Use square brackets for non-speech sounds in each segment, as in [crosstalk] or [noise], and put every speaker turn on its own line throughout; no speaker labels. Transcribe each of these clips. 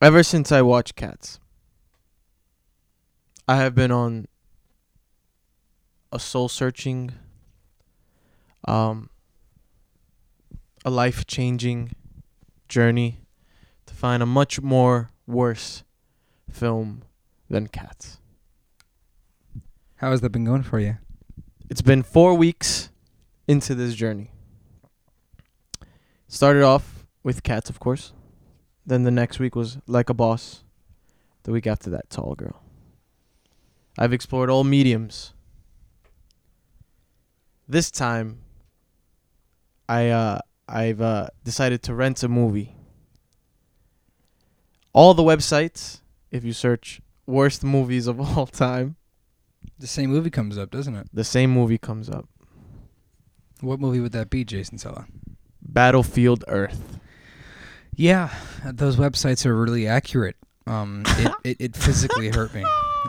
Ever since I watched Cats, I have been on a soul searching, um, a life changing journey to find a much more worse film than Cats.
How has that been going for you?
It's been four weeks into this journey. Started off with Cats, of course. Then the next week was Like a Boss. The week after that, Tall Girl. I've explored all mediums. This time, I uh, I've uh, decided to rent a movie. All the websites, if you search worst movies of [laughs] all time,
The same movie comes up, doesn't it?
the same movie comes up.
What movie would that be, Jason Sella?
Battlefield Earth.
Yeah, those websites are really accurate. Um, [laughs] it, it, it physically hurt me.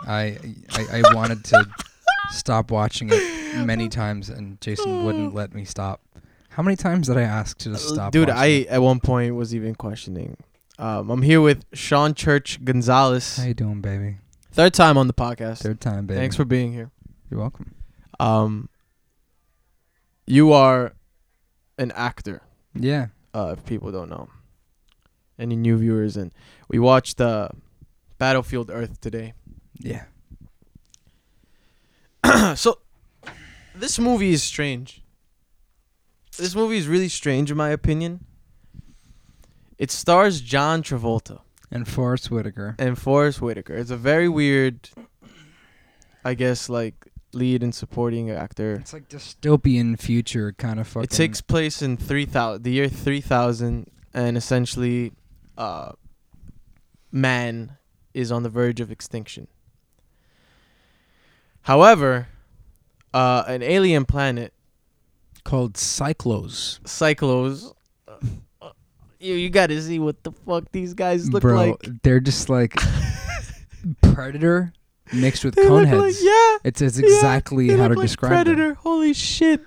I, I I wanted to stop watching it many times, and Jason wouldn't let me stop. How many times did I ask to just
Uh,
stop?
Dude, I
watching it?
at one point was even questioning. Um, I'm here with Sean Church Gonzalez,
How you doing, baby?
third time on the podcast.
Third time, baby.
Thanks for being here.
You're welcome.
Um, you are an actor,
Yeah,
uh, if people don't know. Any new viewers, and we watched uh, Battlefield Earth today.
yeah.
so, this movie is strange. This movie is really strange, in my opinion. It stars John Travolta.
And Forrest Whitaker.
and Forrest Whitaker. It's a very weird, I guess, like lead and supporting actor.
It's like dystopian future kind of fucking.
It takes place in three thousand, the year three thousand, and essentially, uh, man is on the verge of extinction. However, uh, an alien planet,
called cyclos.
Cyclos, uh, you you got to see what the fuck these guys look
Bro,
like.
they're
[laughs]
just like predator mixed with
They look
coneheads.
like yeah.
It's, it's
yeah,
exactly
they
how to
look like
describe
Predator.
them.
Holy shit.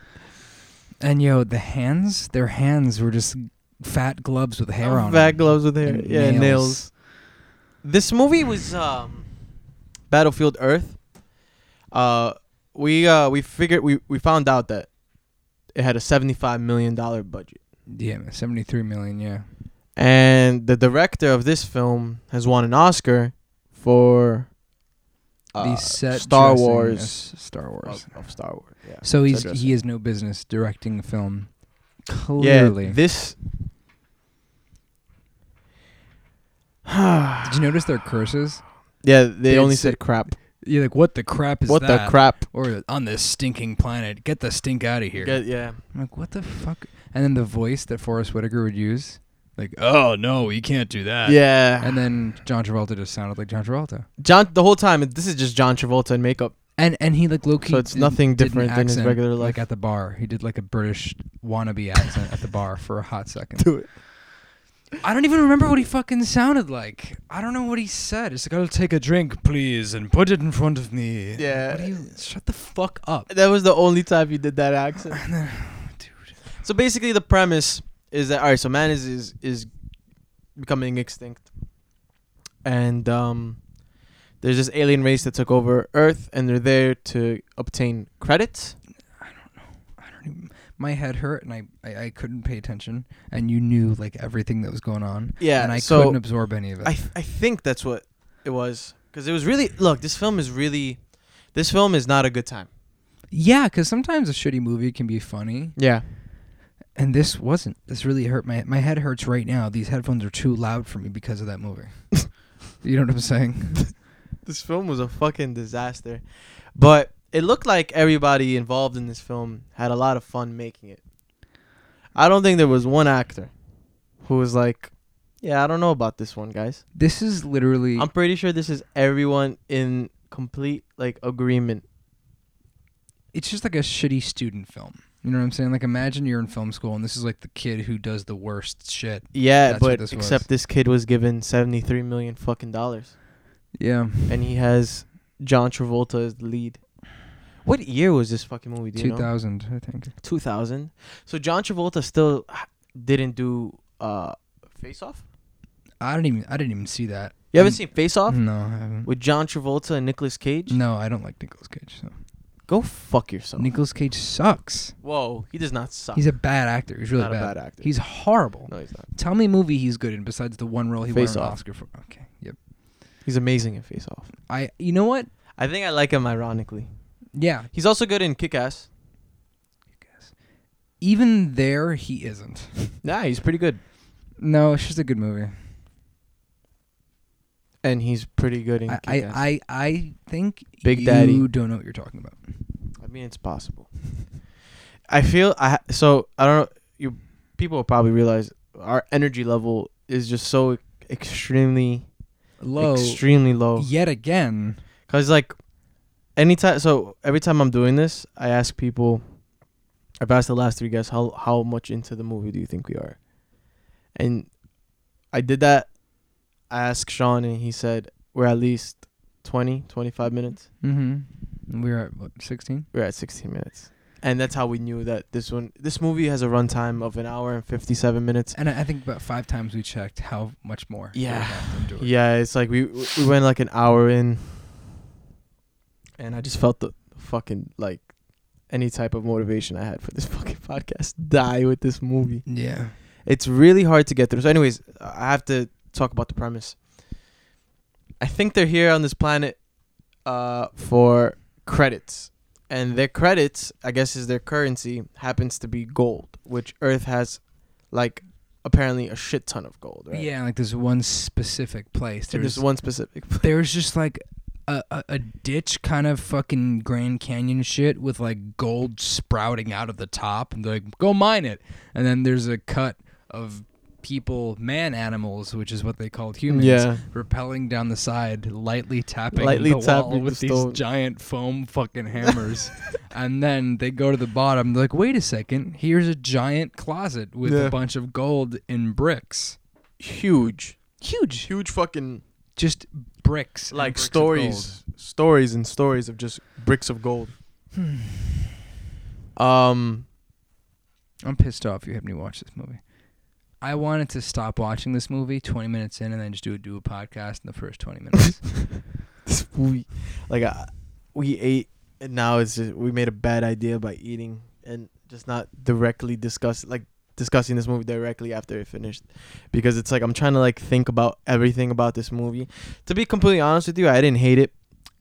And yo, the hands, their hands were just fat gloves with hair on.
Fat
them.
gloves with hair.
And
yeah, nails.
nails.
This movie was um, Battlefield Earth. Uh, we uh, we figured we, we found out that it had a seventy five million dollar budget,
Yeah, seventy three million. Yeah,
and the director of this film has won an Oscar for uh,
the set
Star
dressing
Wars
is Star Wars.
of, of Star Wars. Yeah.
So
set
he's
dressing.
he has no business directing a film.
yeah.
Clearly,
This [sighs]
did you notice their curses?
yeah they
They'd
only
say-
said crap.
You're like, what the crap is
What
that?
the crap?
Or on this stinking planet, get the stink out of here.
Yeah, yeah.
I'm like, what the fuck? And then the voice that Forrest Whitaker would use, like, oh no, you can't do that.
yeah.
And then John Travolta just sounded like John Travolta.
John the whole time this is just John Travolta in makeup. [laughs]
And and he like low key
So it's
did-
nothing
did an
different than his
accent,
regular life.
Like at the bar, he did like a British wannabe accent at the bar for a hot second.
Do it.
I don't even remember what he fucking sounded like. I don't know what he said. It's like I'll take a drink, please, and put it in front of me.
Yeah.
What do you shut the fuck up?
That was the only time he did that accent. so basically the premise is that all right, so man is is, is becoming extinct. And um there's this alien race that took over Earth and they're there to obtain credits.
I don't even, my head hurt and I, I, I couldn't pay attention and you knew like everything that was going on
Yeah,
and I
so
couldn't absorb any of it.
I th- I think that's what it was cuz it was really look, this film is really this film is not a good time.
yeah, because sometimes a shitty movie can be funny
Yeah.
and this wasn't. This really hurt my my head hurts right now. These headphones are too loud for me because of
[laughs]
that movie. you know what I'm saying?
this film was a fucking disaster. But it looked like everybody involved in this film had a lot of fun making it. I don't think there was one actor who was like, "Yeah, I don't know about this one, guys."
This is literally
I'm pretty sure this is everyone in complete like agreement.
it's just like a shitty student film. You know what I'm saying? Like imagine you're in film school and this is like the kid who does the worst shit.
Yeah,
That's what
but
this was.
except this kid was given 73 million fucking dollars
Yeah.
and he has John Travolta as the lead. What year was this fucking movie? Do you
Two
know?
thousand, I think.
2000. So John Travolta still h- didn't do uh Face Off.
I don't even. I didn't even see that.
You haven't seen Face Off
No, I haven't.
with John Travolta and Nicolas Cage?
Mm. No, I don't like Nicolas Cage. So.
Go fuck yourself.
Nicolas Cage sucks.
Whoa, he does not suck.
He's a bad actor. He's really
Not a
bad.
bad actor.
He's horrible.
no, he's not.
Tell me a movie he's good in besides the one role he
Face
won an
Off.
Oscar for. Okay. Yep.
He's amazing in Face Off.
I. You know what?
I think I like him ironically.
Yeah.
He's also good in Kick Ass.
Even there,
[laughs]
he isn't.
Nah, he's pretty good.
No, it's just a good movie.
And he's pretty good in
I,
Kick Ass. I,
I, I, I think
Big
you
Daddy.
don't know what you're talking about.
mean, it's possible. I feel I ha- so I don't know. You people will probably realize our energy level is just so extremely
Low.
extremely low.
Yet again.
Cause like, anytime, so every time I'm doing this, I ask people. I've asked the last three guests how how much into the movie do you think we are, and I did that. I asked Sean and he said we're at least 20, 25 minutes.
Mm-hmm. We were at what 16.
We're at sixteen minutes, and that's how we knew that this one, this movie has a runtime of an hour and fifty seven minutes.
And I, I think about five times we checked how much more. we
Yeah.
have to endure.
Yeah, it's like we we went like an hour in, and I just felt the fucking like any type of motivation I had for this [laughs] fucking podcast die with this movie.
Yeah.
It's really hard to get through. So, anyways, I have to talk about the premise. I think they're here on this planet uh, for credits, and their credits, I guess, is their currency happens to be gold, which Earth has, like, apparently a shit ton of gold. Right?
Yeah. Like there's one specific place.
And
There's
there's one specific.
there's just like a, a, a ditch kind of fucking Grand Canyon shit with like gold sprouting out of the top and they're like go mine it and then there's a cut of people man animals which is what they called humans
Yeah.
rappelling down the side lightly tapping
Lightly
the wall
tapping
with
the
these
stone.
giant
[laughs]
foam fucking hammers and then they go to the bottom they're like wait a second here's a giant closet with
Yeah.
a bunch of gold in bricks
huge,
huge
huge fucking
just bricks and
like
bricks of gold.
stories, stories and stories of just bricks of gold.
Hmm.
um,
I'm pissed off you had me watch this movie. I wanted to stop watching this movie 20 minutes in and then just do a, do a podcast in the
[laughs]
first 20 minutes.
this movie, like uh, we ate, and now it's just, we made a bad idea by eating and just not directly discuss like discussing this movie directly after it finished because it's like I'm trying to like think about everything about this movie. To be completely honest with you, I didn't hate it.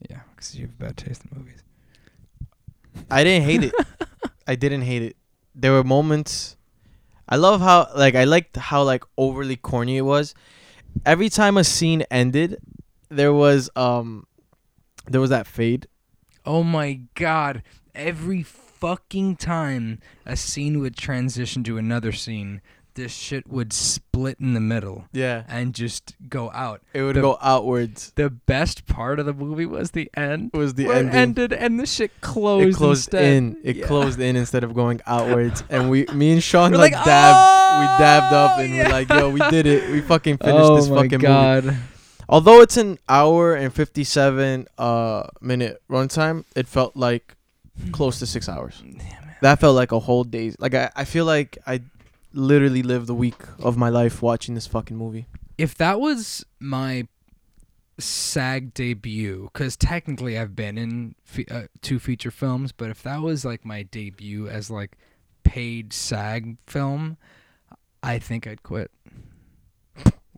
yeah, because you have bad taste in movies.
I didn't hate it. I didn't hate it. There were moments. I love how like I liked how like overly corny it was. Every time a scene ended, there was um, there was that fade.
Oh my god. Every fucking time a scene would transition to another scene, this shit would split in the middle
Yeah,
and just go out.
it would
The-
go outwards.
The best part of the movie was the end.
It was the
Where it
ending.
ended and the shit closed.
it closed
instead.
in. It
Yeah.
closed in instead of
[laughs]
going outwards. And we, me and Sean,
We're
like,
like,
dabbed.
"Oh,
we dabbed up, and
yeah."
we're like, "Yo, we did it. We
[laughs]
fucking finished
oh
this
my
fucking movie."
god.
although it's an hour and 57 uh minute runtime it felt like close to six hours that felt like a whole day like I, I feel like i literally lived a week of my life watching this fucking movie
if that was my SAG debut, because technically I've been in fe- uh, two feature films, but if that was like my debut as like paid SAG film, I think I'd quit.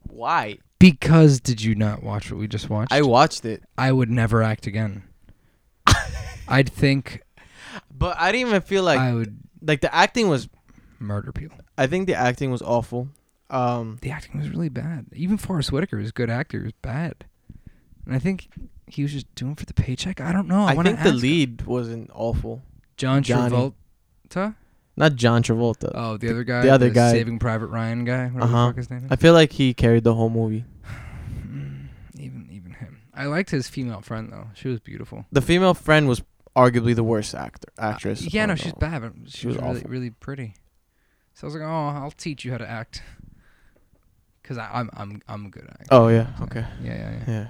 why
Because did you not watch what we just watched?
i watched it
I would never act again.
[laughs]
I'd think
but i didn't even feel like
I would
like the acting was
murder people.
i think the acting was awful um
The acting was really bad. Even Forrest Whitaker is a good actor. He was bad, and I think he was just doing it for the paycheck. I don't know. I,
i,
want to
think the
ask
lead wasn't awful
John
Johnny.
Travolta.
not john travolta
Oh, the other guy,
the other guy.
Saving Private Ryan guy, whatever
Uh-huh.
the fuck his name is. [sighs]
i feel like he carried the whole movie
Mm, even even him. I liked his female friend though; she was beautiful.
the female friend was arguably the worst actor actress
Uh, yeah,
on
no,
the
she's
whole-
bad, but she,
She
was,
was
really
awful.
really pretty. So I was like, oh, I'll teach you how to act, because I'm I'm I'm a good actor.
oh yeah okay
Yeah, yeah, yeah.
Yeah.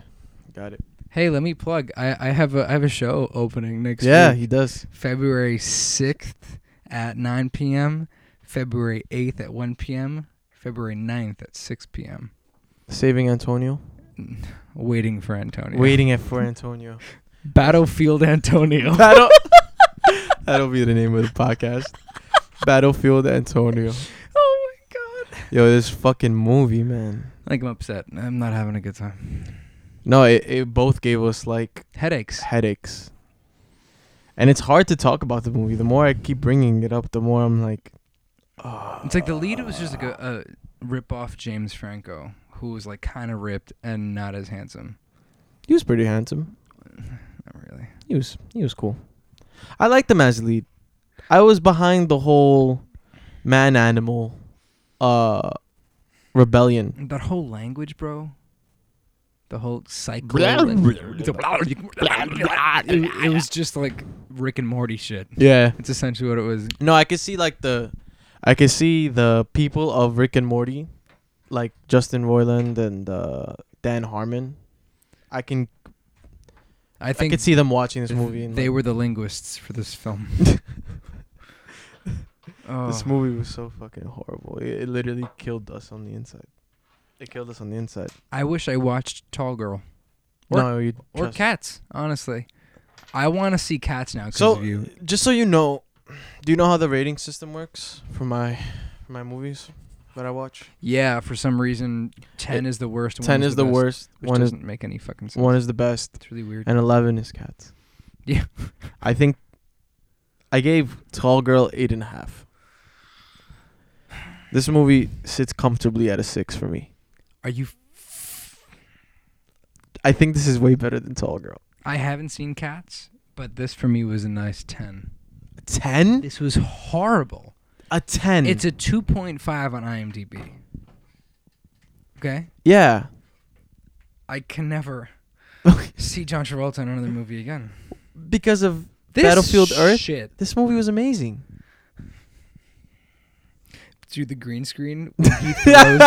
Got it.
Hey, let me plug. I I have a I have a show opening next
yeah,
week,
he does.
February sixth at nine p.m., February eighth at one p.m., February 9th at six p.m.
Saving Antonio.
Waiting for Antonio.
Waiting at for
[laughs]
Antonio. [laughs]
Battlefield Antonio. [laughs]
Battle. That'll be the name of the podcast. Battlefield Antonio.
oh my god.
Yo, this fucking movie, man.
Like I'm upset. I'm not having a good time.
No, it, it both gave us like
Headaches.
headaches. And it's hard to talk about the movie. The more I keep bringing it up, the more I'm like, "Ah."
It's like the lead was just like a, a rip off James Franco, who was like kind of ripped and not as handsome.
he was pretty handsome.
Not really.
He was he was cool. I liked him as lead. I was behind the whole man animal uh rebellion.
That whole language, bro. The whole cycle.
Blah,
[laughs] it, it was just like Rick and Morty shit.
Yeah.
It's essentially what it was.
No, I could see like the, I could see the people of Rick and Morty, like Justin Roiland and uh, Dan Harmon. I can
I
I,
think
could see them watching this movie. And
they
like,
were the linguists for
[laughs]
this film. oh.
This movie was so fucking horrible. It, it literally killed us on the inside. It killed us on the inside.
I wish I watched Tall Girl Or-
no, you
or
trust-
Cats. Honestly, I want to see Cats now because
So uh,
of you.
just so you know, do you know how the rating system works for my for my movies that I watch?
Yeah, for some reason, ten
It-
is the worst.
Ten is the,
best,
worst.
Which
One is
doesn't make any fucking sense.
one is the best.
It's really weird.
and 11 is cats.
Yeah.
[laughs] I think I gave Tall Girl eight and a half. This movie sits comfortably at a six for me.
Are you?
I think this is way better than Tall Girl.
I haven't seen Cats, but this for me was a nice ten.
A ten?
This was horrible.
A ten.
It's a two point five on IMDb. Okay,
yeah.
I can never [laughs] see John Travolta in another movie again.
because of
This
Battlefield Earth?
shit.
this movie was amazing.
Dude, the green screen. when he throws-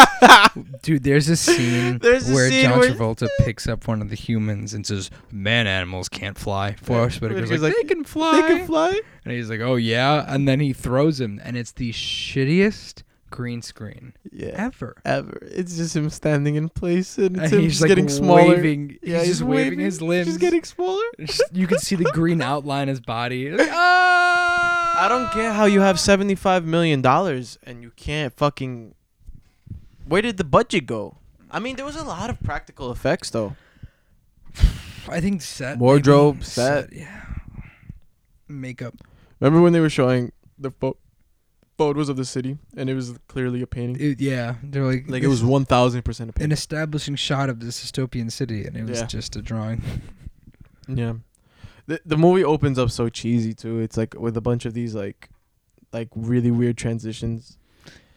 [laughs]
dude, there's a scene
There's a
where
scene
John
where-
Travolta picks up one of the humans and says, "Man, animals can't fly." Forrest
Yeah.
Whitaker's
Whitaker's
like,
like,
"They can fly."
They can fly.
And he's like, "Oh yeah," and then he throws him, and it's the shittiest green screen
Yeah.
ever.
Ever. It's just him standing in place and it's
And
him
he's
just
like
getting smaller.
waving.
yeah,
he's, just waving, his limbs.
He's
[laughs]
getting smaller.
you can see the green outline of his
[laughs]
body. Like, ah!
I don't care how you have seventy-five million dollars and you can't fucking. Where did the budget go? I mean, there was a lot of practical effects though.
[sighs] I think set maybe.
Wardrobe, set.
yeah. Makeup.
Remember when they were showing the pho- photos of the city and it was clearly a painting?
It- yeah, they're like
Like it
this
was
is
one thousand percent a
an
painting.
establishing shot of this dystopian city, and it was
Yeah.
just a drawing.
Yeah, the the movie opens up so cheesy too. It's like with a bunch of these like, like really weird transitions.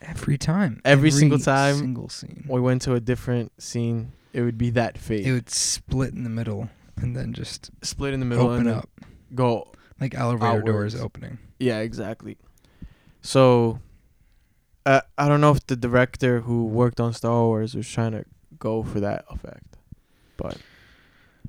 Every time,
Every single time.
single scene.
When we went to a different scene. It would be that fade,
It would split in the middle and then just
split in the middle,
open
and then
up
go
like elevator
outwards.
doors opening.
Yeah, exactly. So, uh, I don't know if the director who worked on Star Wars was trying to go for that effect, but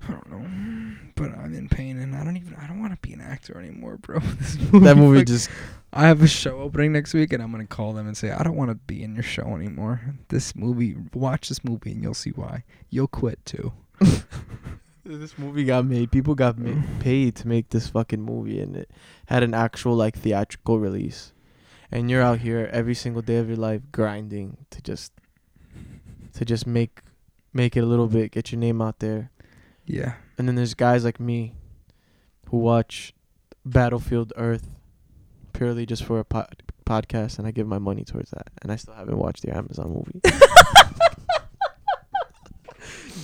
I don't know, [sighs] but I'm in pain, and I don't even. I don't want to be an actor anymore, bro. [laughs] This
that movie
fuck-
just
I have a show opening next week, and I'm gonna call them and say I don't want to be in your show anymore. This movie, watch this movie, and you'll see why. You'll quit too.
this movie got made. People got ma-
Mm.
paid to make this fucking movie, and it had an actual like theatrical release. And you're out here every single day of your life grinding to just to just make make it a little bit, get your name out there.
Yeah.
And then there's guys like me who watch Battlefield Earth purely just for a pod- podcast, and I give my money towards that. And I still haven't watched the Amazon
[laughs]
movie.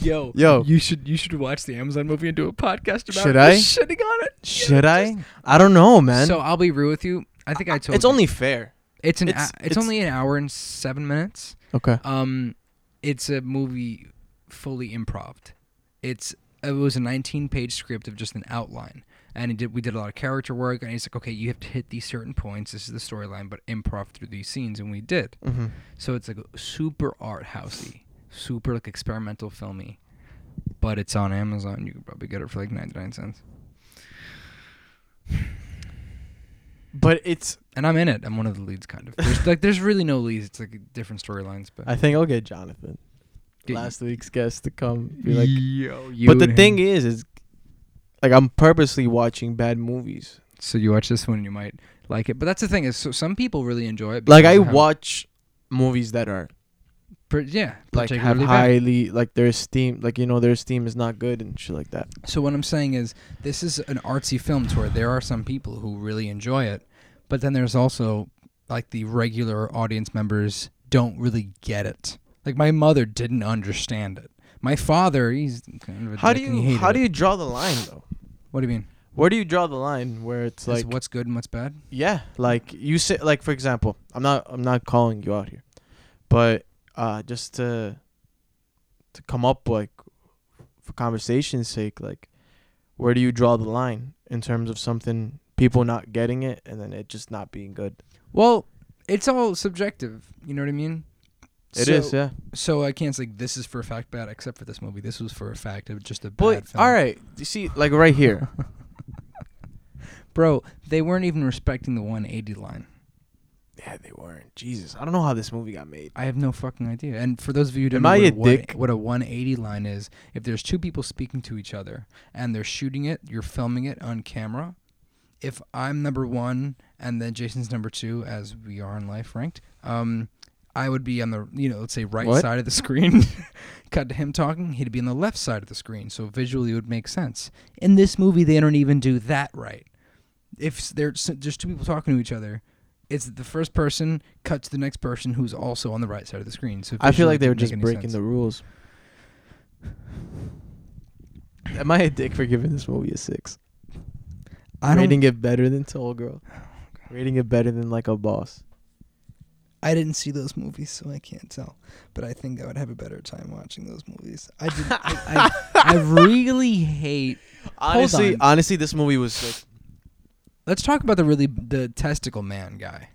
Yo,
Yo.
you should you should watch the Amazon movie and do a podcast about
Should
it.
I?
Just shitting on it.
Should I? I don't know, man.
So I'll be real with you. I think I told
it's
you.
only fair.
it's an
it's-
it's, it's
it's-
only an hour and seven minutes.
Okay.
Um, it's a movie fully improvised. It's it was a 19 page script of just an outline, and he did we did a lot of character work, and he's like, okay, you have to hit these certain points. This is the storyline, but improv through these scenes, and we did.
Mm-hmm.
So it's like super art housey, super like experimental filmy, but it's on Amazon. You can probably get it for like 99 cents. [sighs]
But it's.
And I'm in it. I'm one of the leads, kind of. There's, like, there's really no leads. It's like different storylines, but
I think I'll get Jonathan.
Get-
last week's guest to come. Be like,
Yo, you
but the
and
thing
him.
is, is like I'm purposely watching bad movies.
so you watch this one and you might like it. But that's the thing is, so some people really enjoy it.
Like
because
I
of how-
watch movies that are
per- yeah,
like have
particularly bad.
highly like their esteem, like you know their esteem is not good and shit like that.
So what I'm saying is, this is an artsy film to where there are some people who really enjoy it, but then there's also like the regular audience members don't really get it. Like my mother didn't understand it. My father, he's kind of a
How do
dick and he
you
hated
how do
it.
you draw the line though?
What do you mean?
Where do you draw the line where it's
Like
like
what's good and what's bad?
yeah, like you say like for example, I'm not I'm not calling you out here. But uh just to to come up like for conversation's sake, like where do you draw the line in terms of something people not getting it and then it just not being good?
Well, it's all subjective. You know what I mean?
It is,
so,
yeah.
So I can't say this is for a fact bad, except for this movie. This was for a fact. It was just a bad
But
film.
all right, you see like right here.
bro. They weren't even respecting the 180 line.
yeah, they weren't. Jesus, I don't know how this movie got made.
I have no fucking idea. And for those of you who don't
Am
know
I
what,
a
what-
dick?
what a 180 line is, if there's two people speaking to each other and they're shooting it, you're filming it on camera. If I'm number one and then Jason's number two, as we are in life ranked, um, I would be on the you know let's say right
What?
side of the screen. [laughs] Cut to him talking, he'd be on the left side of the screen, so visually it would make sense. In this movie, they don't even do that right. If s- there's there's two people talking to each other, it's the first person cut to the next person who's also on the right side of the screen. So
I feel like they were
visually
just
it didn't make any
breaking the
sense.
rules. Am I a dick for giving this movie a six?
I don't.
Rating it better than Tall Girl. Rating it better than Like a Boss.
I didn't see those movies, so I can't tell. But I think I would have a better time watching those movies. I did. I,
[laughs]
I, I really hate.
Honestly,
on.
honestly, this movie
[sighs]
was like
Let's talk about the really the testicle man guy,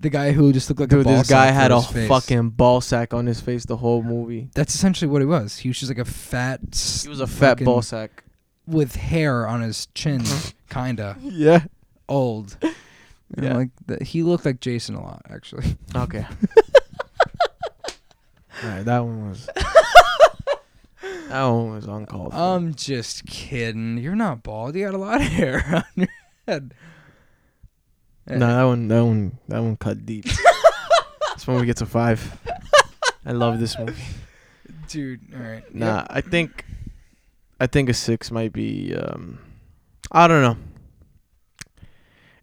the guy who just looked like a
dude.
ball
This guy
sack for
had a
his face.
fucking ball sack on his face the whole movie.
That's essentially what it was. He was just like a fat. s-
He was a fat
fucking-
ball
[laughs]
sack.
with hair on his
[laughs]
chin, kinda
Yeah.
old. And
Yeah.
Like th- he looked like Jason a lot, actually.
[laughs]
[laughs]
Okay. All right, that one was. [laughs] that one was uncalled. for.
I'm just kidding. You're not bald. You got a lot of hair [laughs] on your head.
No,
eh.
that one, that one, that one cut
[laughs]
deep. That's when we get to five. I love
[laughs]
this movie.
dude. All right.
Nah, I think, I think a six might be. Um, I don't know.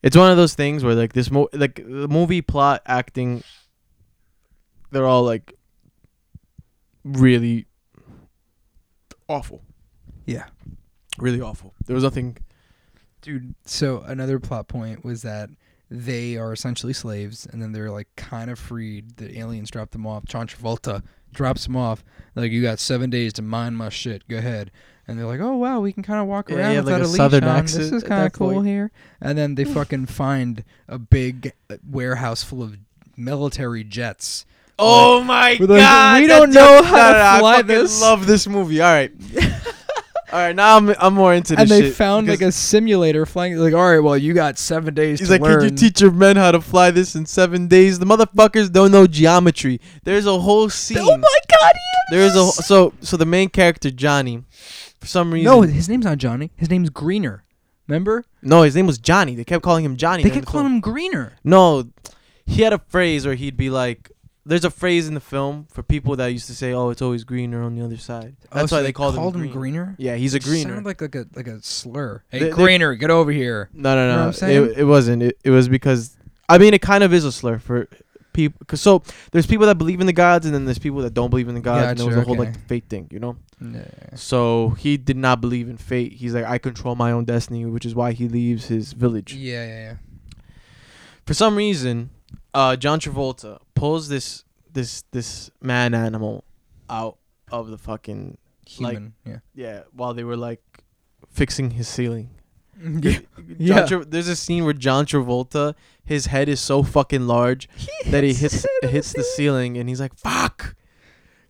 It's one of those things where like this mo like the movie plot acting, they're all like really awful,
Yeah,
really awful. There was nothing.
dude. So another plot point was that they are essentially slaves, and then they're like kind of freed. The aliens drop them off. John Travolta drops them off. Like you got seven days to mind my shit. Go ahead. And they're like, oh wow, we can kind of walk
Yeah,
around
he had,
without
like,
a,
a
leash
southern
on. This
accent
is
at
kind of
that
cool
point.
here. And
[laughs]
then they fucking find a big uh, warehouse full of military jets.
Oh my
We're like,
god!
we
that
don't
dude-
know how
No,
to
no, no,
fly
I fucking
this.
Love this movie. All [laughs] right, all right. Now I'm I'm more into this.
and they
shit
found like
because
a simulator flying. Like, all right, well, you got seven days
He's
to
like,
learn.
can you teach your men how to fly this in seven days? The motherfuckers don't know geometry. There's a whole scene.
Oh my god, he
There's a so so the main character Johnny, for some reason.
No, his name's not Johnny. His name's Greener. Remember?
no, his name was Johnny. They kept calling him Johnny.
They
during
could
the
call
film.
him Greener.
No, he had a phrase where he'd be like, "There's a phrase in the film for people that used to say, oh, it's always greener on the other side.' That's
Oh, so
why they called, him, green.
Greener.
Yeah, he's a
It
greener.
Sounded like like a like a slur. Hey,
They- they-
Greener, get over here.
No, no,
know what I'm
no.
saying?
it, it wasn't. It, it was because I mean, it kind of is a slur for people. Cause so there's people that believe in the gods, and then there's people that don't believe in the gods. and there was
Gotcha,
a whole
okay.
like fate thing, you know.
Yeah.
So he did not believe in fate. He's like, I control my own destiny, which is why he leaves his village.
Yeah, yeah,
For some reason, uh, John Travolta pulls this this this man animal out of the fucking
Human.
[laughs] yeah while they were like fixing his ceiling.
yeah.
There's-
Yeah.
John Tra- there's a scene where John Travolta, his head is so fucking large that he hits hits the ceiling, and he's like, "Fuck!"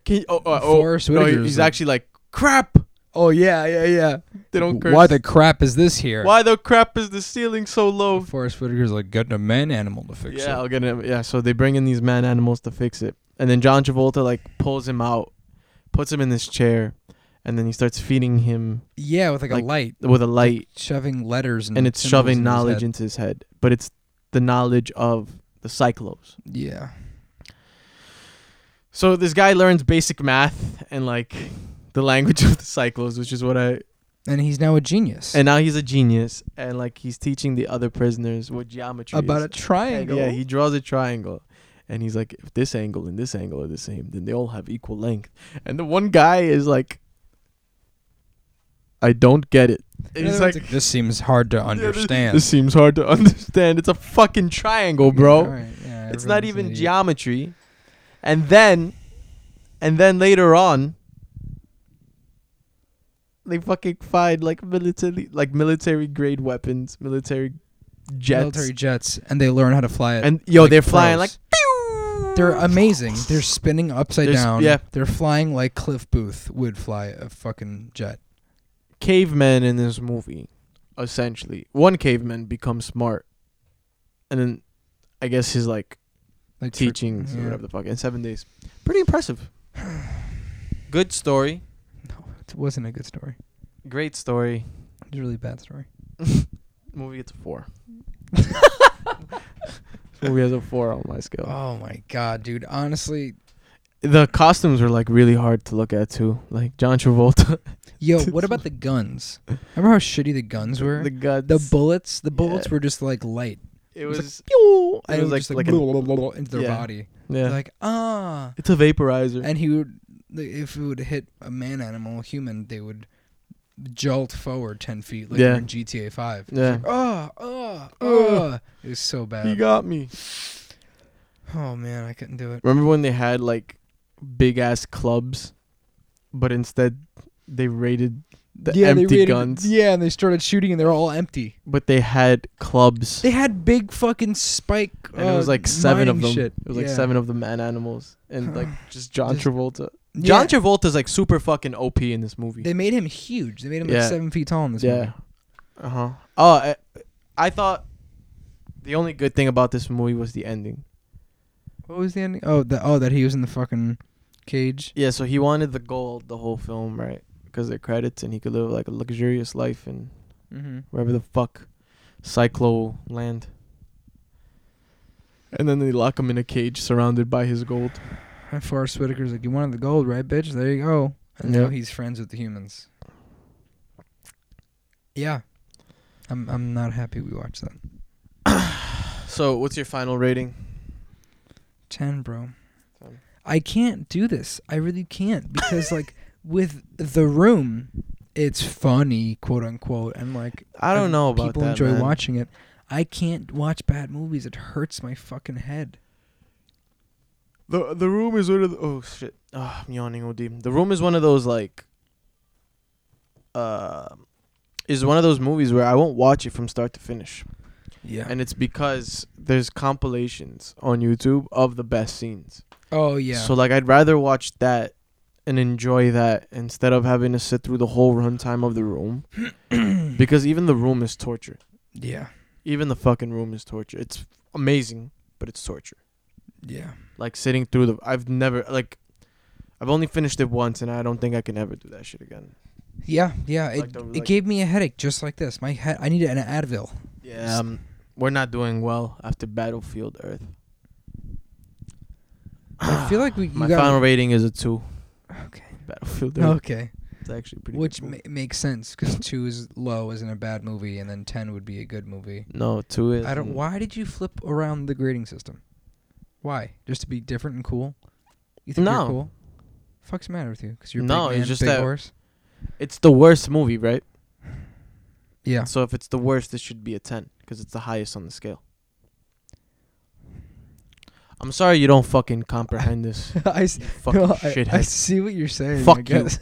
Can you, oh, oh, oh,
Forrest
no,
Whitaker's
he's
like-
actually like, "Crap!"
Oh yeah, yeah, yeah.
They don't curse.
Why the crap is this here?
Why the crap is the ceiling so low?
Forrest Whitaker's like getting a man animal to fix
Yeah,
it.
I'll get it. Yeah, so they bring in these man animals to fix it, and then John Travolta like pulls him out, puts him in this chair, and then he starts feeding him
Yeah, with like,
Like-
a light,
with a light,
shoving letters and
and it's
symbols
shoving
in his
knowledge
head.
into his head. But it's the knowledge of the cyclos.
Yeah,
So this guy learns basic math and like the language [laughs] of the cyclos, which is what I.
and he's now a genius.
And now he's a genius, and like he's teaching the other prisoners what geometry
about
is.
a triangle.
Yeah, he draws a triangle. And he's like, if this angle and this angle are the same, then they all have equal length. And the one guy is like, I don't get it. And he's like,
this seems hard
[laughs]
to
"Yeah, this-
understand.
This seems hard to [laughs] understand. It's a fucking triangle, bro.
All right, yeah,
it's not
everyone's an
even
idiot.
geometry. And then, and then later on, they fucking find like military, like military grade weapons, military jets,
military jets, and they learn how to fly it.
and yo,
like
they're flying like
pros. They're amazing. They're spinning upside
They're s-
down.
yeah.
They're flying like Cliff Booth would fly a fucking jet.
cavemen in this movie, essentially. One caveman becomes smart, and then I guess his like
Like for-
teachings
yeah.
or whatever the fuck in seven days. Pretty impressive.
[sighs]
Good story.
It wasn't a good story.
Great story.
It's a really bad story.
Movie gets a [laughs] four. This movie has a four on my scale.
Oh my god, dude. Honestly,
Uh, The costumes were like really hard to look at too. Like John Travolta,
yo, what about the guns? Remember how shitty the guns were?
[laughs] the
The,
guts.
bullets, the bullets
Yeah.
were just like light.
it
it was
was
Pew!
it
And
was like-
just
like a-
blah, blah, blah, blah, into their
yeah.
body.
yeah.
Like ah,
it's a vaporizer.
and he would if it would hit a man animal human, they would jolt forward ten feet like
Yeah.
they're in GTA Five.
yeah.
Ah, ah,
Ugh.
ah! It was so
He
bad.
got me.
oh man, I couldn't do it.
Remember when they had like big ass clubs, but instead they raided the empty
raided-
guns.
Yeah, and they started shooting, and they're all empty.
But they had clubs,
They had big fucking spike.
and it was
uh,
like seven of them.
mining Shit.
It was like
Yeah.
seven of the man animals, and
[sighs]
like just John
Just-
Travolta.
Yeah.
John Travolta's like super fucking OP in this movie.
They made him huge. They made him
Yeah.
like seven feet tall in this
yeah.
movie.
Uh huh. Oh, I, I thought the only good thing about this movie was the ending.
What was the ending? Oh, the, oh, that he was in the fucking cage.
Yeah, so he wanted the gold the whole film, right? Because of the credits, and he could live like a luxurious life and
Mm-hmm.
wherever the fuck Cyclo land. And then they lock him in a cage surrounded by his gold.
And Forrest Whitaker's like, "You wanted the gold, right, bitch? There you go." And
Yeah.
now he's friends with the humans. Yeah, I'm. I'm not happy we watched that.
So, what's your final rating?
Ten, bro.
Ten.
I can't do this. I really
[laughs]
can't because like with the room, it's funny, quote unquote, and like
I don't
and
know about
people
that.
enjoy
man.
watching it. I can't watch bad movies. It hurts my fucking head.
The the room is one of the, oh shit. Oh, I'm yawning OD. The room is one of those like uh is one of those movies where I won't watch it from start to finish.
Yeah.
And it's because there's compilations on YouTube of the best scenes.
oh yeah.
So like I'd rather watch that and enjoy that instead of having to sit through the whole runtime of the room. because even the room is torture.
yeah.
Even the fucking room is torture. It's amazing, but it's torture.
Yeah.
Like sitting through the I've never like I've only finished it once and I don't think I can ever do that shit again.
Yeah. Yeah. It,
Like the- like-
it gave me a headache just like this. My head. I needed an Advil.
Yeah. Um, we're not doing well after Battlefield Earth. [gasps]
I feel like we. You
My
got,
final rating is a 2.
Okay.
Battlefield Earth.
Okay.
It's actually pretty
Which
good
ma-
movie.
makes sense because two is low isn't a bad movie, and then ten would be a good movie.
No, 2 is
I don't. Why did you flip around the grading system? Why? Just to be different and cool? You think
No.
you're cool? Fuck's the matter with you? Because you're a
No,
big
it's
man,
just
big
that-
horse.
It's the worst movie, right?
Yeah.
So if it's the worst, it should be a 10 because it's the highest on the scale. I'm sorry you don't fucking comprehend
[laughs]
this.
[laughs] I, s-
you fucking
no, I, I
shithead.
see what you're saying. I
Fuck you.
guess.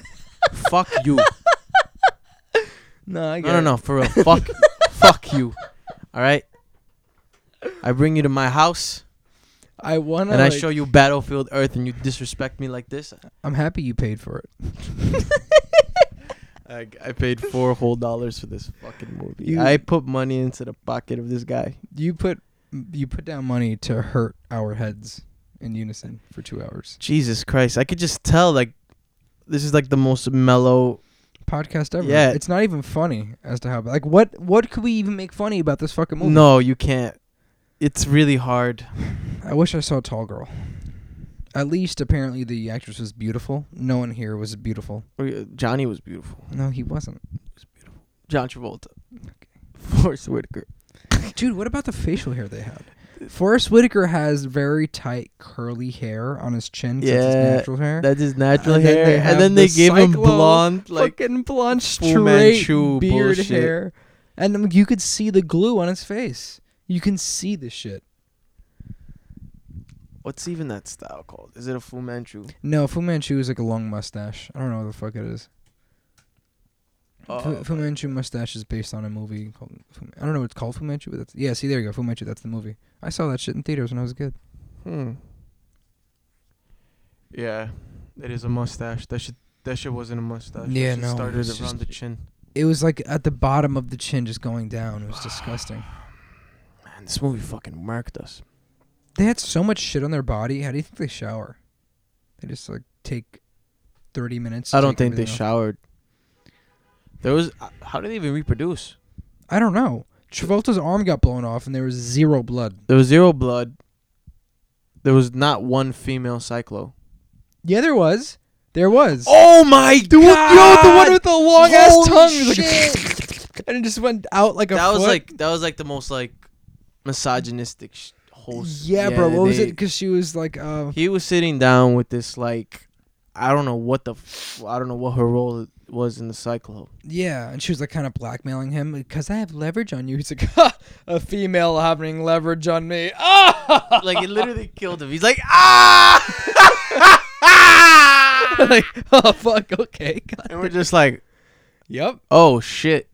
Fuck you.
[laughs] no, I get
No, no,
it.
no, for real. [laughs] Fuck, fuck you. All right. I bring you to my house
I wanna.
and I
like-
show you Battlefield Earth, and you disrespect me like this.
I'm happy you paid for it.
I, I paid four whole dollars for this fucking movie.
You-
I put money into the pocket of this guy.
You put you put down money to hurt our heads in unison for two hours.
Jesus Christ! I could just tell like this is like the most mellow.
podcast ever.
Yeah.
It's not even funny as to how like what what could we even make funny about this fucking movie?
No, you can't. It's really hard.
I wish I saw Tall Girl. At least apparently the actress was beautiful. No one here was beautiful.
We- Oh, Johnny was beautiful.
No, he wasn't.
John Travolta. [laughs] Forrest Whitaker.
Dude, what about the facial hair they had?
Uh,
Forrest Whitaker has very tight curly hair on his chin. 'cause it's
Yeah,
natural hair.
That's his natural
And then
hair.
they have
and then they
the
gave him
cyclo-
blonde, like
fucking blonde
Fu
straight
Manchu
beard
bullshit.
hair, and um, you could see the glue on his face. You can see the shit.
what's even that style called? Is it a Fu Manchu?
No, Fu Manchu is like a long mustache. I don't know what the fuck it is. Fu,
Uh,
Fu Manchu mustache is based on a movie called. Fu, I don't know what it's called Fu Manchu, but that's yeah. See, there you go, Fu Manchu. That's the movie. I saw that shit in theaters when I was a kid.
hmm. Yeah, it is a mustache. That shit, that shit wasn't a mustache. That
Yeah,
shit
no,
started
it's
around
just-
the chin.
It was like at the bottom of the chin, just going down.
[sighs]
It was disgusting.
Man, this movie fucking marked us.
They had so much shit on their body. How do you think they shower? They just like take thirty minutes. to
I don't
take
think they
everything off.
showered. There was uh, how did they even reproduce?
I don't know. Travolta's arm got blown off, and there was zero blood.
There was zero blood. There was not one female cyclo.
Yeah, there was. There was.
Oh my
Dude, yo, the one with the long ass
Holy
tongue, was
shit.
[laughs] like, and it just went out like a.
that was
foot.
like that was like the most like misogynistic sh- whole. s-
Yeah, bro. What was it?
they-
Because she was like, uh,
He was sitting down with this like, I don't know what the, f- I don't know what her role was in the cyclo.
yeah, and she was like kind of blackmailing him because I have leverage on you. He's like, [laughs] ha, a female having leverage on me. [laughs] Ah,
Like it literally killed him. He's like ah. [laughs]
like, oh fuck, okay, God.
and we're just like,
yep.
oh shit.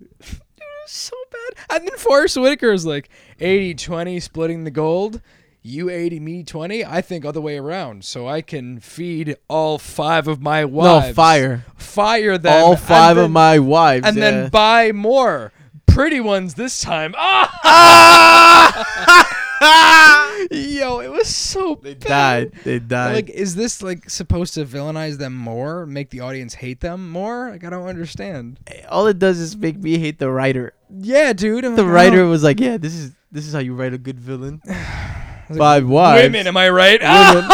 so bad. And then Forrest Whitaker is like 80 20 splitting the gold. You 80, me 20. I think other way around. So I can feed all five of my wives.
No fire.
Fire them.
All
and
five
then-
of my wives.
And
yeah.
then buy more. Pretty ones this time. Ah!
[laughs] Ah!
Yo, it was so
[laughs] they died.
bad.
[laughs] They died.
Like, is this like supposed to villainize them more? Make the audience hate them more? Like, I don't understand.
All it does is make me hate the writer.
Yeah, dude. I'm
The
like, I
writer
don't-
was like, "Yeah, this is this is how you write a good [sighs] villain."
like,
Five wives.
Women, am I right? Ah!
Women.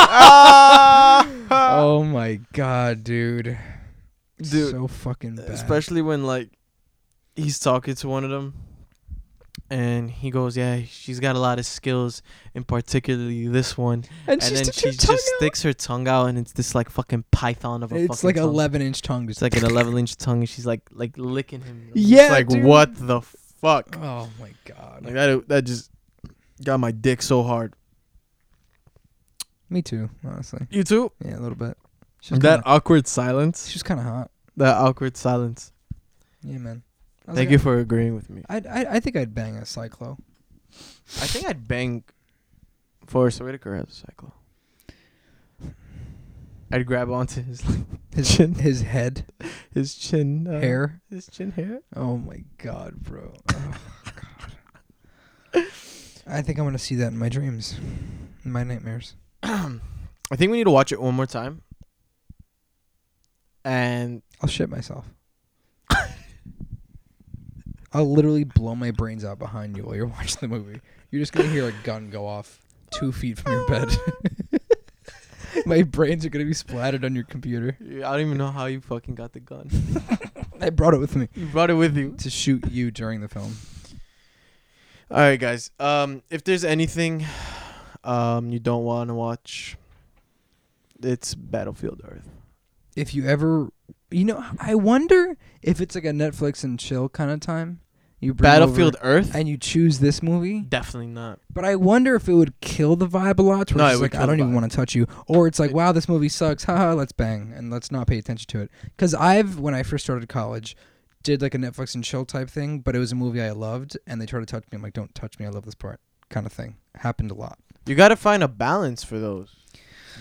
[laughs] Ah!
Oh my god, dude.
Dude,
so fucking bad.
especially when like he's talking to one of them, and he goes, "Yeah, she's got a lot of skills, and particularly this one." and
and, she's
then
just her
she
tongue
just
out.
sticks her tongue out, and it's this like fucking python of a
It's
fucking
like
tongue.
eleven inch tongue.
It's
[laughs]
like an 11 inch tongue, and she's like like licking him. It's
Yeah,
like
dude.
what the fuck?
oh my god.
Like that that just got my dick so hard.
Me too, honestly.
You too?
Yeah, a little bit. She's
That
kinda,
awkward silence.
she's kind of hot.
That awkward silence.
Yeah, man. I was
Thank
like,
you for agreeing with me.
I'd, I I think I'd bang a cyclo.
I think I'd bang Forrest Whitaker as a cyclo. I'd grab onto his like,
His
Chin.
his
[laughs]
head
his chin uh,
hair.
His chin hair. [clears throat]
Oh my god, bro.
[laughs]
Oh, god. I think I'm gonna see that in my dreams, in my nightmares.
I think we need to watch it one more time. And
I'll shit myself. I'll literally blow my brains out behind you while you're watching the movie. You're just gonna hear a gun go off two feet from your bed. [laughs] my brains are gonna be splattered on your computer.
I don't even know how you fucking got the gun.
I brought it with me
[laughs] You brought it with you.
to shoot you during the film.
All right, guys. Um, if there's anything, um, you don't want to watch, it's Battlefield Earth.
If you ever, you know, I wonder if it's like a Netflix and chill kind of time. You bring over
Battlefield Earth?
and you choose this movie.
Definitely not.
But I wonder if it would kill the vibe a lot. to
No,
Where
it
it's
would
like
kill
I
the
don't even
vibe.
want to touch you, or it's like,
It-
wow, this movie sucks. Haha, let's bang and let's not pay attention to it. Because I've, when I first started college, did like a Netflix and chill type thing, but it was a movie I loved, and they tried to touch me. I'm like, don't touch me. I love this part, kind of thing. Happened a lot.
You gotta find a balance for those.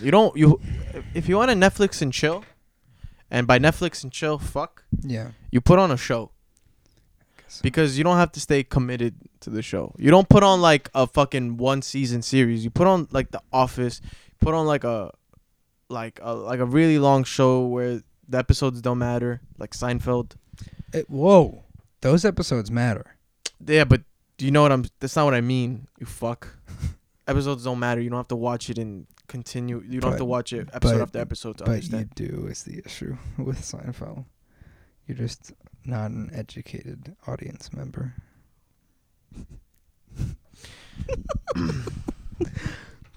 You don't you if you want to Netflix and chill, and by Netflix and chill, fuck,
Yeah.
you put on a show
Guess-
because you don't have to stay committed to the show. You don't put on like a fucking one season series. You put on like The Office. Put on like a like a like a really long show where The episodes don't matter, like Seinfeld.
It, whoa, those episodes matter.
Yeah, but do you know what I'm? That's not what I mean. You
[laughs]
fuck. episodes don't matter. You don't have to watch it and continue. You don't have
But-
to watch it episode
but-
after episode to
but
understand.
you do is the issue [laughs] with Seinfeld. You're just not an educated
[laughs]
audience member.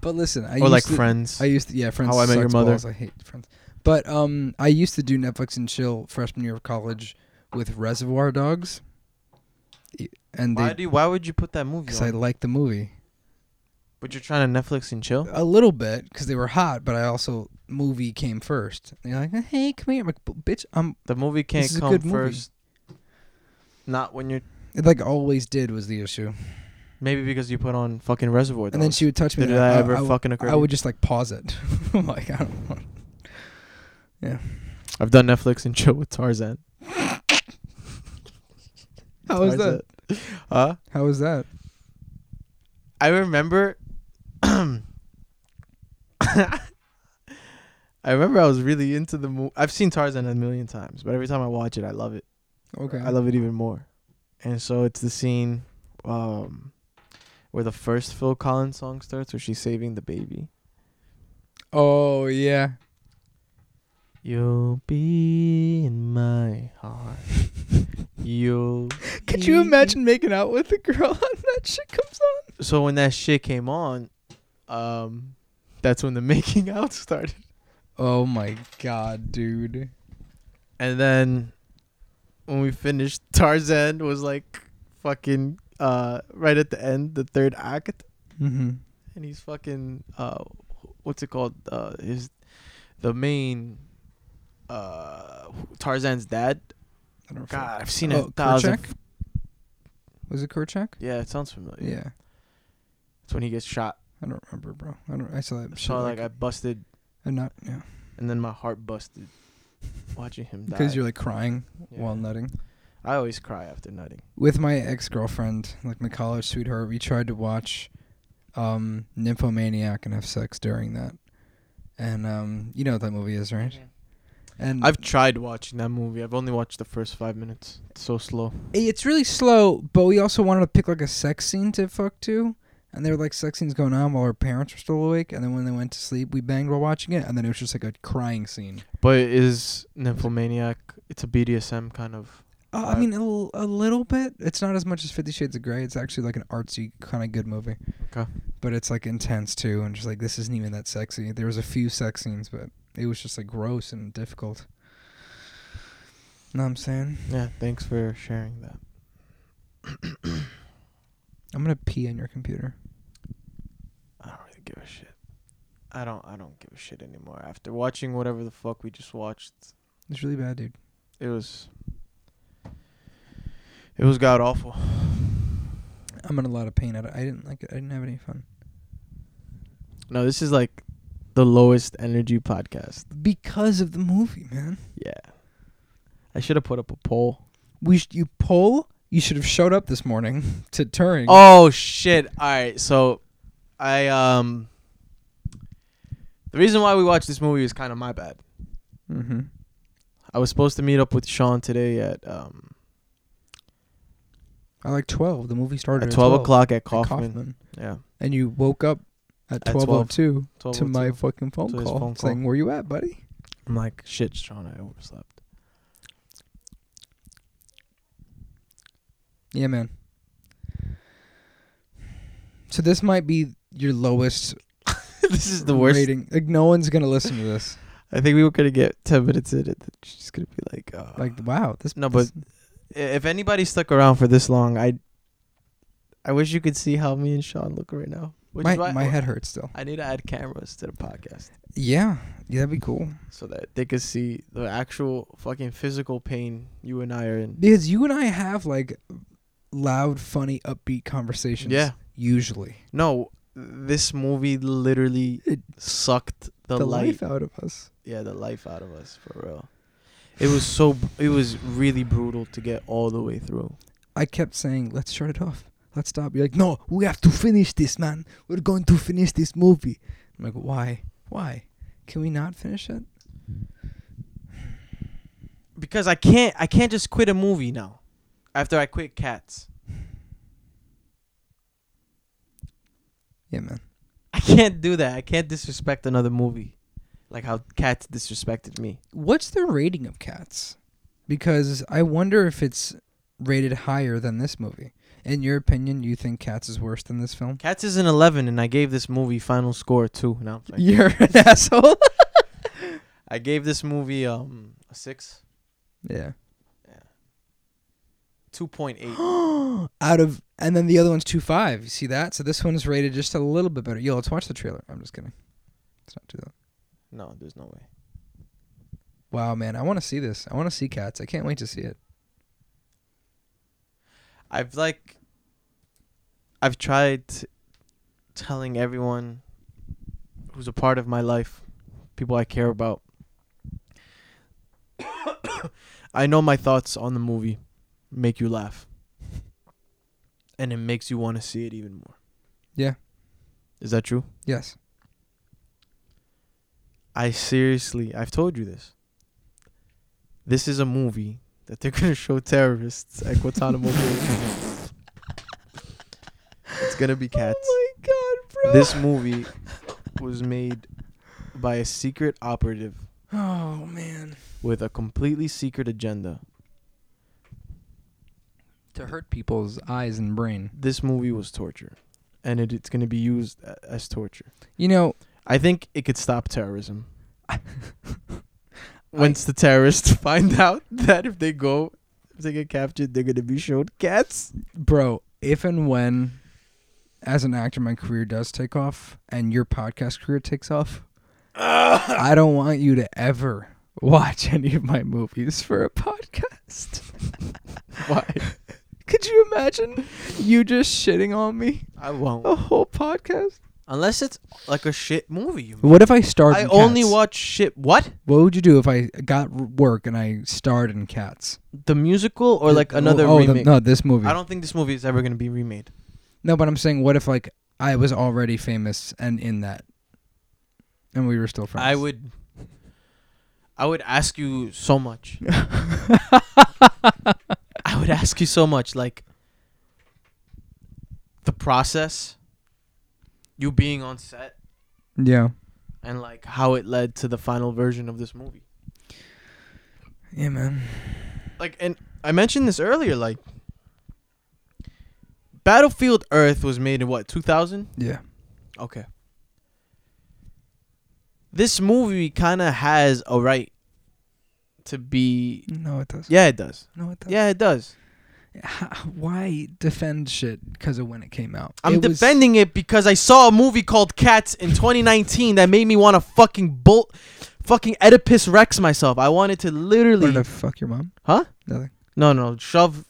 but listen, I
or
used
like
to,
Friends.
I used to yeah, friends.
How I Met Your
sucks
Mother.
balls. I hate friends. But um, I used to do Netflix and chill freshman year of college with Reservoir Dogs, Y- and
why
they
do? You, why would you put that movie?
because
On?
I liked the movie
but you're trying to Netflix and chill.
a little bit because they were hot, but I also movie came first. And you're like, hey, come here, I'm like, "B- bitch. I'm
The movie can't
is a
come
good movie.
first. Not when you're
it like always did was the issue.
maybe because you put on fucking Reservoir. Dogs.
And then she would touch me.
did
and
that ever
w-
fucking occur?
I would just like pause it. [laughs] like I don't want.
I've done Netflix and chill with Tarzan.
[laughs] How was
Tarzan.
that?
Huh?
How was that?
I remember. [clears throat] I remember I was really into the movie. I've seen Tarzan a million times, but every time I watch it, I love it.
Okay.
I love it even more. And so it's the scene um, where the first Phil Collins song starts, where she's saving the baby.
Oh yeah.
You'll be in my heart.
[laughs]
You'll.
Could you
be-
imagine making out with a girl [laughs] and that shit comes on?
So when that shit came on, um, that's when the [laughs] making out started.
Oh my god, dude.
And then when we finished, [laughs] Tarzan was like fucking uh right at the end, the third act,
Mm-hmm.
and he's fucking uh what's it called? Uh his the main uh Tarzan's dad.
I don't
God, I've seen
oh,
a thousand
Kerchak? Was it Kerchak?
Yeah, it sounds familiar.
Yeah.
It's when he gets shot.
I don't remember, bro. I don't. I saw that. shit
So like I busted
I'm not. Yeah.
and then my heart
[laughs]
busted watching him die.
Because you're like crying
Yeah.
while nutting.
I always cry after nutting.
with my ex girlfriend, like my college sweetheart, we tried to watch um Nymphomaniac and have sex during that. And um you know what that movie is, right? And
I've tried watching that movie. I've only watched the first five minutes. It's so slow.
it's really slow, but we also wanted to pick like a sex scene to fuck to. And there were like sex scenes going on while our parents were still awake, and then when they went to sleep, we banged while watching it, and then it was just like a crying scene.
But it is nymphomaniac? It's a BDSM kind of.
Uh, I
Right.
mean, a l- a little bit. It's not as much as Fifty Shades of Grey. It's actually like an artsy kind of good movie.
Okay.
But it's like intense too, and just like this isn't even that sexy. There was a few sex scenes, but it was just like gross and difficult. Know what I'm saying?
Yeah. Thanks for sharing that.
I'm gonna pee on your computer.
I don't really give a shit. I don't. I don't give a shit anymore. After watching whatever the fuck we just watched,
It's really bad, dude.
it was. It was god awful.
I'm in a lot of pain. I, d- I didn't like it. I didn't have any fun
No, this is like the lowest energy podcast.
because of the movie, man.
Yeah. I should have put up a poll.
We sh- you pull. You should have showed up this morning [laughs] to Turing.
Oh shit! All right, so I um. The reason why we watched this movie is kind of my bad.
Mm-hmm.
I was supposed to meet up with Sean today at um
I like twelve. The movie started
at
at
12, o'clock at
at
Kaufman.
Kaufman.
Yeah,
And you woke up at
At 12.
twelve oh two
12
to my fucking phone
To his
call,
phone
saying, "Where you at, buddy?"
I'm like, shit, Sean, I overslept. [laughs]
Yeah, man. So this might be your lowest
this is the worst.
rating. Like no one's gonna listen
[sighs]
to this.
I think we were gonna get ten minutes in, and then she's gonna be like, uh,
Like wow, this.
No,
this-
i- if anybody stuck around for this long, I, I wish you could see how me and Sean look right now. Which
my
is why
my head hurts still.
I need to add cameras to the podcast.
Yeah, yeah, that'd be cool.
so that they could see the actual fucking physical pain you and I are in.
Because you and I have like loud, funny, upbeat conversations.
Yeah.
Usually,
No, this movie literally
It-
sucked the,
the
life.
life out of us.
Yeah, the life out of us for real. It was so. It was really brutal to get all the way through.
I kept saying, "Let's shut it off. Let's stop." You're like, "No, we have to finish this, man. We're going to finish this movie." I'm like, "Why? Why? Can we not finish it?"
because I can't I can't just quit a movie now after I quit Cats.
Yeah, man.
I can't do that. I can't disrespect another movie like how Cats disrespected me.
What's the rating of Cats? Because I wonder if it's rated higher than this movie. In your opinion, you think Cats is worse than this film?
Cats is an 11 and I gave this movie final score 2. Now I'm playing.
[laughs] You're an asshole. [laughs]
I gave this movie um a 6.
yeah.
2.8.
[gasps] Out of and then the other one's two five. You see that? So this one's rated just a little bit better. Yo, let's watch the trailer. I'm just kidding. Let's not do that.
[gasps] no, there's no way.
Wow, man, I want to see this. I want to see Cats. I can't wait to see it.
I've like I've tried t- telling everyone who's a part of my life, people I care about. [coughs] I know my thoughts on the movie make you laugh. And it makes you want to see it even more.
Yeah.
Is that true?
Yes.
I seriously, I've told you this. This is a movie that they're [laughs] gonna show terrorists at Guantanamo Bay. it's gonna be cats.
Oh my god,
this movie was made by a secret operative
Oh man.
with a completely secret agenda.
To hurt people's eyes and brain.
This movie was torture, and it, it's gonna be used a- as torture.
You know,
I think it could stop [laughs] terrorism. Once the terrorists [laughs] find out that if they go, if they get captured, they're gonna be shown [laughs] cats.
bro, if and when as an actor my career does take off and your podcast career takes [laughs] off, I don't want you to ever watch any of my movies for a podcast. [laughs]
Why?
Could you imagine you just shitting on me
I won't.
a whole podcast?
Unless it's like a shit movie. you mean.
What if I starred
I
in
only
Cats?
watch shit. What?
What would you do if I got r- work and I starred in Cats?
The musical or
The-
like another
oh, the-
remake?
no, this movie.
I don't think this movie is ever gonna be remade.
No, but I'm saying, what if like I was already famous and in that, and we were still friends?
I would. I would ask you so much. I would ask you so much, like the process, you being on set,
Yeah.
and like how it led to the final version of this movie.
Yeah, man.
like and I mentioned this earlier, like Battlefield Earth was made in what, two thousand?
Yeah.
Okay. This movie kinda has a right to be
No, it does.
Yeah, it does.
No, it does.
Yeah, it does.
Why defend shit because of when it came out?
I'm
It was-
defending it because I saw a movie called Cats in 2019 that made me want to fucking bolt, fucking Oedipus Rex myself. I wanted to literally.
Where the fuck your mom?
Huh?
Nothing.
No, no, shove.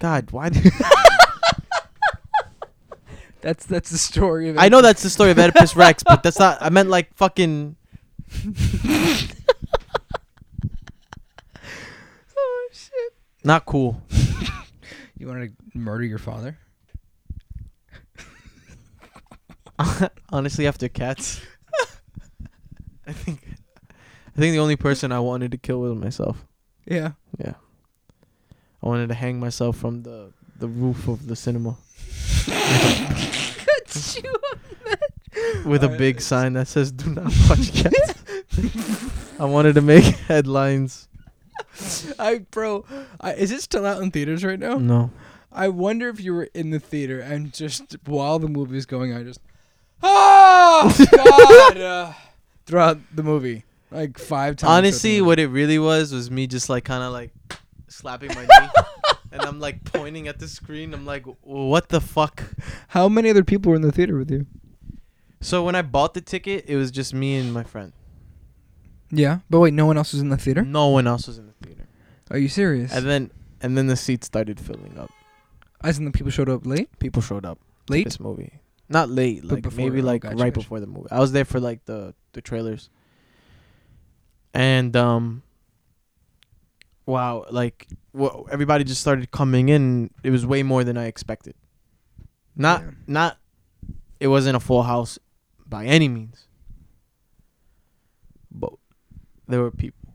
God,
[laughs]
why?
That's that's the story of it.
I know that's the story of Oedipus Rex, but that's not. I meant like fucking.
[laughs] Oh shit!
Not cool.
You wanted to murder your father?
Honestly, after
[laughs]
cats, I think, I think the only person I wanted to kill was myself.
Yeah.
Yeah, I wanted to hang myself from the the roof of the cinema
[laughs] Could you
with a
Alright,
big
let's-
sign that says "Do not watch cats." I wanted to make [laughs] headlines.
I bro, I, is it still out in theaters right now?
No,
I wonder if you were in the theater and just while the movie was going on, just oh [laughs] god, uh, throughout the movie, like five times.
honestly,
throughout
what it really was was me just like kind of like slapping my knee, and I'm like pointing at the screen. I'm like, "What the fuck."
the movie. how many other people were in the theater with you?
So when I bought the ticket, it was just me and my friend.
Yeah, but wait, no one else was in the theater.
No one else was in the theater.
Are you serious?
And then and then the seats started filling up.
As in the people showed up late.
People showed up. to
Late.
This movie. Not late,
But
like
before-
maybe
oh,
like
gotcha,
right
gotcha.
before the movie. I was there for like the the trailers. And um wow, like wha- everybody just started coming in. It was way more than I expected. Not
Yeah.
not it wasn't a full house by any means. But there were people.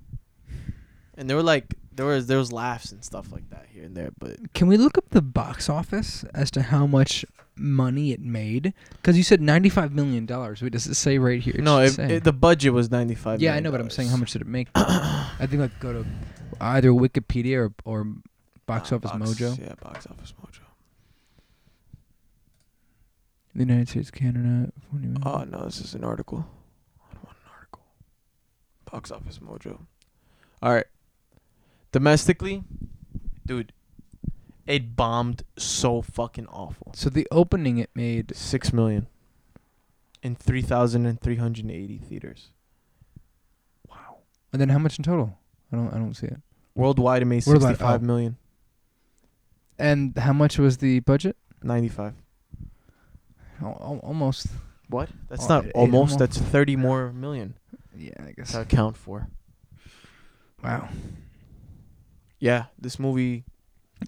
and there were like there was there was laughs and stuff like that here and there, but
Can we look up the box office as to how much money it made? Because you said ninety-five million dollars. What does it say right here?
no,
should
it,
say.
it, the budget was ninety five.
yeah, I know, but I'm saying how much did it [clears throat] make?
Uh,
I think like go to either Wikipedia or or Ah, Box Office Mojo.
Yeah, box office mojo.
The United States, Canada, forty million.
Oh no, this is an article. I don't want an article. Box office mojo. All right, domestically, dude, it bombed so fucking awful.
So the opening it made
Six million in three thousand and three hundred eighty theaters.
And then how much in total? I don't I don't see it.
Worldwide, it made
What about-
sixty-five
oh.
million,
And how much was the budget?
ninety-five.
Al- al- Almost.
What? That's
Oh,
not
it- it
almost.
almo-
That's thirty more million
Yeah, I guess.
to account for.
Wow.
Yeah, this movie.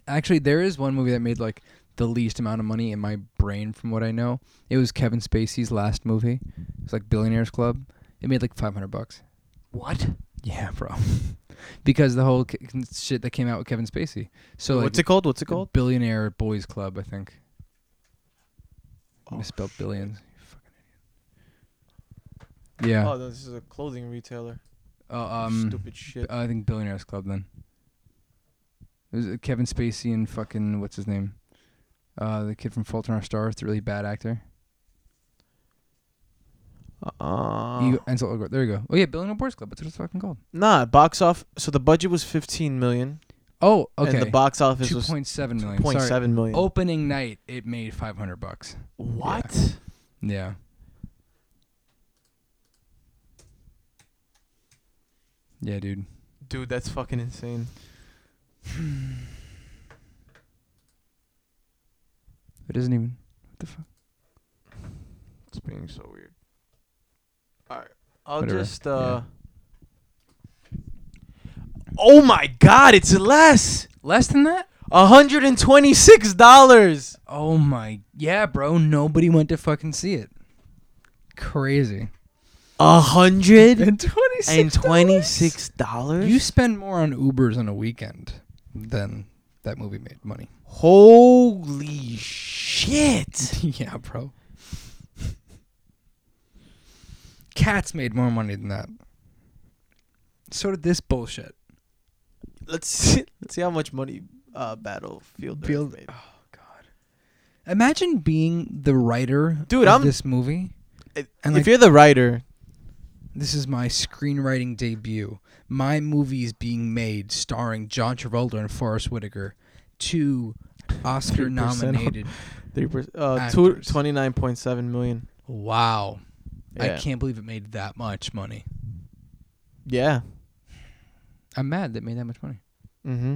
Actually, there is one movie that made like the least amount of money in my brain from what I know. It was Kevin Spacey's last movie. It's like Billionaires Club. It made like 500 bucks.
What?
Yeah, bro. [laughs] because the whole k- shit that came out with Kevin Spacey. So
What's
like,
it called? What's it called?
Billionaire Boys Club, I think.
Oh,
Misspelled billions. You fucking idiot. Yeah.
Oh, no, this is a clothing retailer.
Uh, um
Stupid shit.
I think Billionaires Club then. It was uh, Kevin Spacey and fucking what's his name? Uh, the kid from Fault in Our Stars, the really bad actor.
Uh,
Ego, Ansel Elgort. There you go. Oh yeah, Billionaire Boys Club. That's what it's fucking called.
nah, box off. So the budget was fifteen million,
Oh, okay.
and the box office
two
was
point seven million.
two point
Sorry. Oh,
seven million.
Opening night, it made five hundred bucks.
what?
Yeah. Yeah, dude.
Dude, that's fucking insane.
It isn't even. What the fuck?
It's being so weird. All right, I'll
Whatever.
just. uh Oh my God! It's less.
Less than that?
hundred and twenty-six dollars.
Oh my yeah, bro. Nobody went to fucking see it. Crazy.
A hundred
And twenty
and twenty-six
You
dollars.
spend more on Ubers on a weekend than that movie made money.
Holy shit!
[laughs] yeah, bro. Cats made more money than that. So did this bullshit.
Let's see, let's see how much money uh, Battlefield Earth
Field-
made.
Oh god. Imagine being the writer
Dude,
of
I'm-
this movie.
If-
And,
if
like-
you're the writer,
This is my screenwriting debut. My movie is being made starring John Travolta and Forrest Whitaker, two Oscar
3%
nominated.
three percent, uh, two,
Actors.
29.7 million.
Wow.
Yeah.
I can't believe it made that much money.
Yeah.
I'm mad that it made that much money.
Mm-hmm.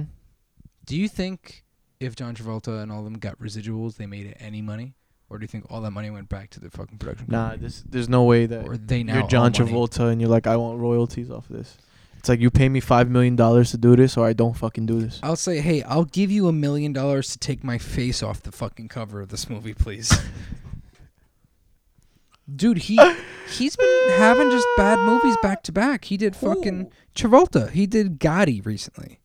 Do you think if John Travolta and all of them got residuals, they made any money? Or do you think all that money went back to the fucking production?
Nah,
company?
this there's no way that
or they now
you're John
owe money?
Travolta and you're like, I want royalties off this. It's like you pay me five million dollars to do this, or I don't fucking do
[laughs]
this.
I'll say, hey, I'll give you a million dollars to take my face off the fucking cover of this movie, please. Dude, he he's been having just bad movies back to back. He did fucking Travolta. He did Gotti recently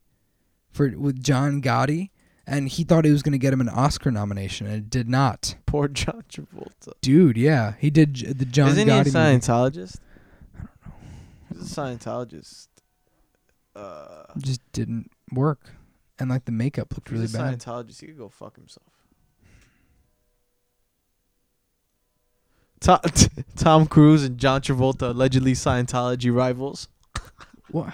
for with John Gotti, and he thought he was gonna get him an Oscar nomination, and it did not.
Poor John Travolta.
Dude, yeah, he did J- the John
Isn't
Gotti.
he a
movie.
Scientologist? I don't know. He's a Scientologist. Uh,
Just didn't work, and like the makeup looked
if
really
he's a
bad.
Scientologist. He could go fuck himself. Tom, [laughs] Tom Cruise and John Travolta allegedly Scientology rivals.
Wha-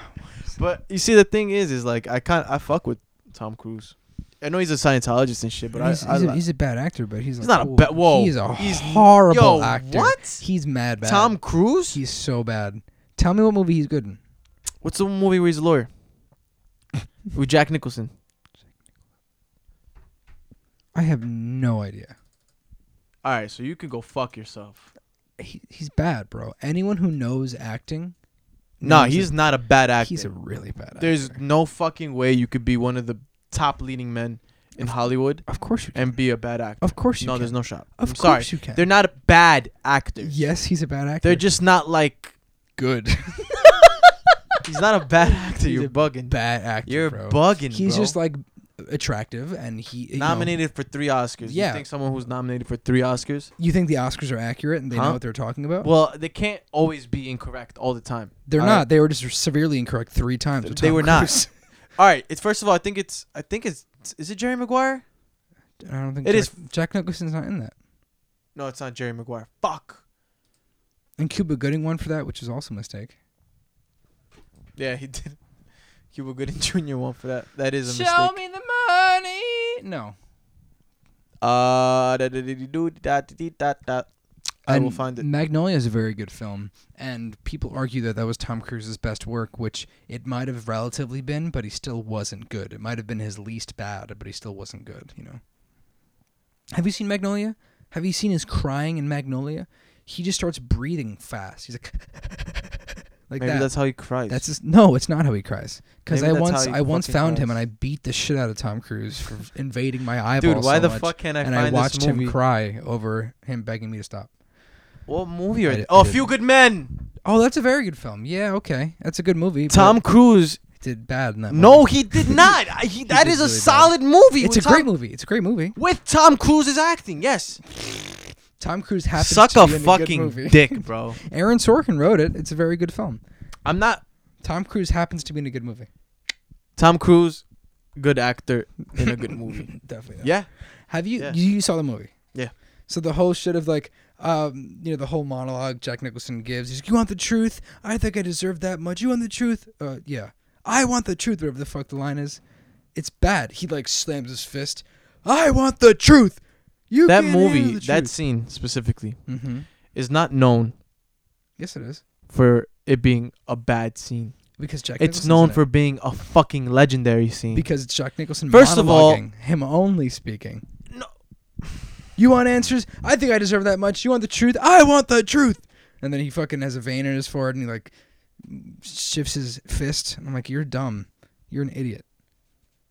But you see, the thing is, is like I kind I fuck with Tom Cruise. I know he's a Scientologist and shit, but
he's,
I, I
he's, a,
li-
he's a bad actor, but he's,
He's
like,
not a ba- whoa.
He's a
He's-
horrible
Yo,
actor.
What?
He's mad bad.
Tom Cruise?
he's so bad. Tell me what movie he's good in.
What's the movie where he's a lawyer? With Jack Nicholson.
I have no idea.
All right, so you can go fuck yourself.
He, he's bad, bro. Anyone who knows acting,
No,
knows
he's not a bad
that
actor.
he's a really bad
There's
actor.
no fucking way you could be one of the top leading men in Hollywood
of course you can.
and be a bad actor.
Of course you
No,
can.
there's no shot.
of
I'm
course
sorry.
you can.
They're not bad actors.
yes, he's a bad actor.
They're just not like
good.
He's not a
[laughs]
bad actor.
He's
You're
a
bugging.
[laughs] Bad actor.
You're
bro.
bugging.
He's
bro.
just like attractive, and he you know,
nominated for three Oscars.
Yeah.
You think someone who's nominated for three Oscars?
You, think the Oscars are accurate and they
Huh?
know what they're talking about?
Well, they can't always be incorrect all the time.
they're
all
not.
right.
They were just severely incorrect three times. with
They
Tom
were not.
Cruise. [laughs]
All right. It's first of all, I think it's I think it's is it Jerry Maguire?
I don't think
It
Jack,
is-
Jack Nicholson's not in that.
No, it's not Jerry Maguire. Fuck.
And Cuba Gooding won for that, which is also a mistake.
Yeah, he did. [laughs] Cuba Gooding Jr. won for that. That is a mistake.
me the money. No.
Uh, da, da, da, da, da, da, da, da. I will
And
find it.
Magnolia is a very good film, and people argue that that was Tom Cruise's best work, which it might have relatively been, but he still wasn't good. It might have been his least bad, but he still wasn't good. You know. Have you seen Magnolia? Have you seen his crying in Magnolia? He just starts breathing fast. He's like, [laughs] like
Maybe
that.
that's how he cries.
That's just, no, it's not how he cries. Because
Maybe
I
that's
once
how he
I once
fucking
found
cries.
him and I beat the shit out of Tom
[laughs]
Cruise for invading my eyeball.
Dude, why
so
the
much,
fuck can't I
and
find
I watched
this movie?
him cry over him begging me to stop.
What movie are
I
they?
di- I
Oh,
didn't.
Few Good Men.
Oh, that's a very good film. Yeah, okay, that's a good movie. but
Tom Cruise.
he did bad in that.
No,
movie.
he did
[laughs]
not. I- he, that
did
is a
really bad.
solid movie.
It's a
with
great
Tom-
movie. It's a great movie.
with Tom Cruise's acting. Yes.
Tom Cruise happens
Suck
to
a
be in a good
fucking [laughs]
movie.
dick, bro.
[laughs] Aaron Sorkin wrote it. It's a very good film.
I'm not
Tom Cruise happens to be in a good movie. [clears throat]
Tom Cruise, good actor in a good
[laughs]
movie.
Definitely.
yeah.
Have you
Yeah.
you saw the movie?
Yeah.
So the whole shit of like, um, you know, the whole monologue Jack Nicholson gives. He's like, "You want the truth? I think I deserve that much. You want the truth? Uh, yeah. I want the truth. Whatever the fuck the line is, it's bad. He like slams his fist. I want the truth. You
That
can't handle
movie,
the
that scene specifically,
truth." Mhm.
is not known
Yes, it is
for it being a bad scene.
because Jack.
It's
Nicholson's
known
in it.
for being a fucking legendary scene.
because it's Jack Nicholson.
First of all-
monologuing, him only speaking.
No.
You want answers? I think I deserve that much. You want the truth? I want the truth. And then he fucking has a vein in his forehead and he like shifts his fist. And I'm like, you're dumb. You're an idiot.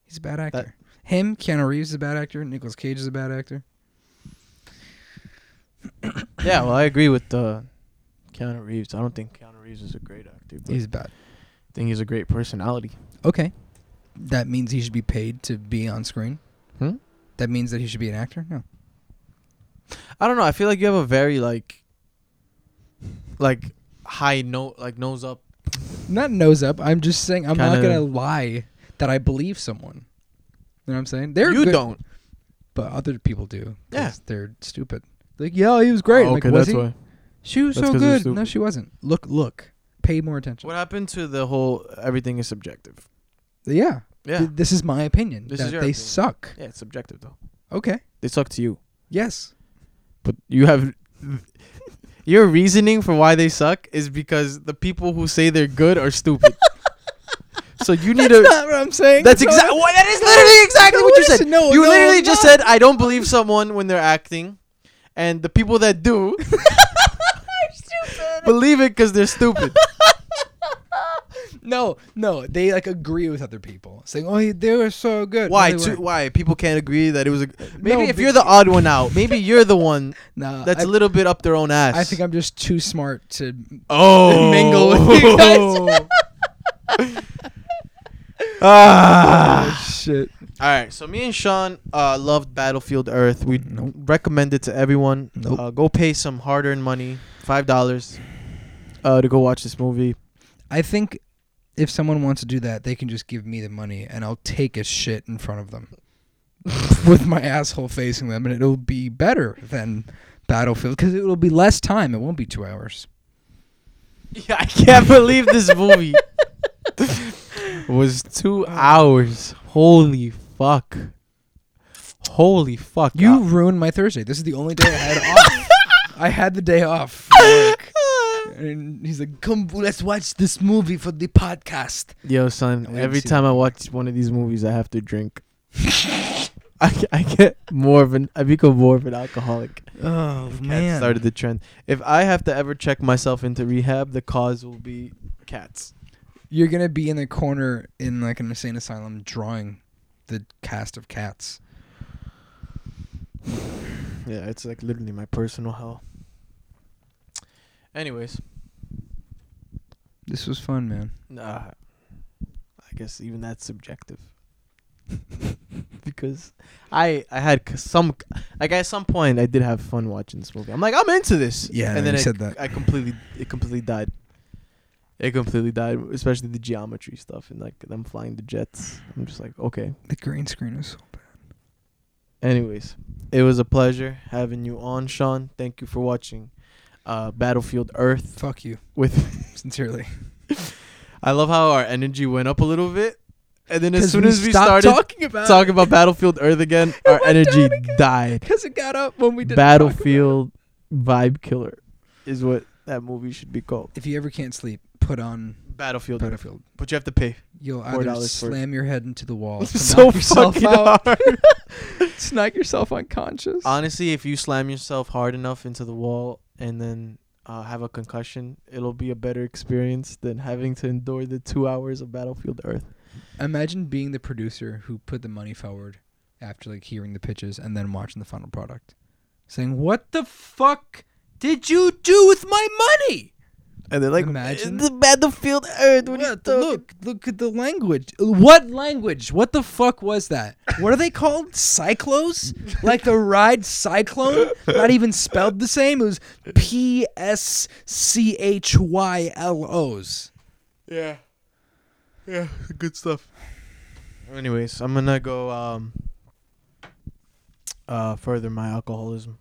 He's a bad actor. Him, Keanu Reeves is a bad actor. Nicolas Cage is a bad actor.
yeah, well, I agree with uh, Keanu Reeves. I don't think Keanu Reeves is a great actor, but
He's bad.
I think he's a great personality.
Okay. That means he should be paid to be on screen.
Hmm?
That means that he should be an actor. No.
I don't know. I feel like you have a very like, like high note, like nose up.
Not nose up. I'm just saying I'm not
Kinda-
gonna lie that I believe someone. You know what I'm saying? They're
you
good,
don't.
but other people do. 'cause
Yeah.
they're stupid. Like, yeah, he was great.
Oh,
I'm
okay,
like, was
that's
he?
why.
She was
That's
so
'cause he's
good.
stupid.
No, she wasn't. Look, look. Pay more attention.
What happened to the whole everything is subjective?
Yeah.
Yeah,
Th- this is my opinion.
This
that
is your
they
opinion.
suck.
yeah, it's subjective though.
Okay.
They suck to you, [laughs]
Yes.
but you have your reasoning for why they suck is because the people who say they're good are
[laughs]
stupid. so you need
That's
to.
not what I'm saying.
That's
That's
exactly.
not-
That is literally exactly
No,
what you
listen,
said.
no,
you
no,
literally just
no.
said, "I don't believe someone when they're acting," and the people that
[laughs]
do believe it because they're
[laughs]
stupid.
No, no. They like agree with other people, saying, "Oh, he- they were so good." No,
why?
they
Two,
weren't.
why people can't agree that it was a. Maybe
No,
if
but-
you're the odd one out, maybe you're the
[laughs]
one
Nah,
that's
I,
a little bit up their own ass.
I think I'm just too smart to [laughs]
oh
mingle with you guys.
[laughs]
[laughs]
ah.
shit.
All right, so me and Sean uh, loved Battlefield Earth. We
Nope.
recommend it to everyone.
Nope.
Uh, go pay some hard-earned money, five dollars, uh, to go watch this movie.
I think if someone wants to do that, they can just give me the money and I'll take a shit in front of them with my asshole facing them, and it'll be better than Battlefield because it'll be less time. It won't be two hours.
[laughs] Yeah, I can't believe this movie [laughs] was two hours. Holy fuck! Holy fuck!
You
Uh,
ruined my Thursday. This is the only day I had off. I had the day off. from work. And he's like, "Come, let's watch this movie for the podcast."
[laughs] Yo, son.
And we haven't
Every
seen
time I watch one of these movies, I have to drink. [laughs] I, g- I get more of an. I become more of an alcoholic.
Oh
Cats started the trend. If I have to ever check myself into rehab, the cause will be cats.
You're gonna be in the corner in like an insane asylum drawing the cast of cats.
Yeah, it's like literally my personal hell. Anyways,
This was fun, man.
Nah, I guess even that's subjective. [laughs] because I I had c- some like at some point I did have fun watching this movie. I'm like I'm into this.
Yeah,
and
no,
then
you
I,
said that.
I completely it completely died. It completely died, especially the geometry stuff and like them flying the jets. I'm just like okay.
The green screen was so bad.
Anyways, it was a pleasure having you on, Sean. Thank you for watching uh, Battlefield Earth
Fuck you,
with. [laughs]
sincerely.
I love how our energy went up a little bit, and then as
'Cause
soon
we
as we
stopped
started
talking about
talking about Battlefield Earth
[laughs]
again, our
went
energy
down again.
died.
because it got up when we did
Battlefield vibe killer is what that movie should be called.
If you ever can't sleep, put on
Battlefield, Earth.
Battlefield.
but you have to pay.
You'll
Four
either
dollars for-
slam your head into
[laughs]
the wall, to
so
knock yourself
fucking
out,
hard.
knock yourself unconscious.
Honestly, if you slam yourself hard enough into the wall and then uh, have a concussion, it'll be a better experience than having to endure the two hours of Battlefield Earth.
Imagine being the producer who put the money forward after like hearing the pitches and then watching the final product, saying, "What the fuck did you do with my money?"
And they're like,
Imagine.
"It's the Battlefield Earth. What, are you
What?
talking
Look, look at the language. What language? What the fuck was that? What are they called? Cyclos? Like the ride cyclone? Not even spelled the same. It was P S C H Y L O's.
Yeah. Yeah, [laughs] good stuff. Anyways, I'm gonna go um uh further my alcoholism.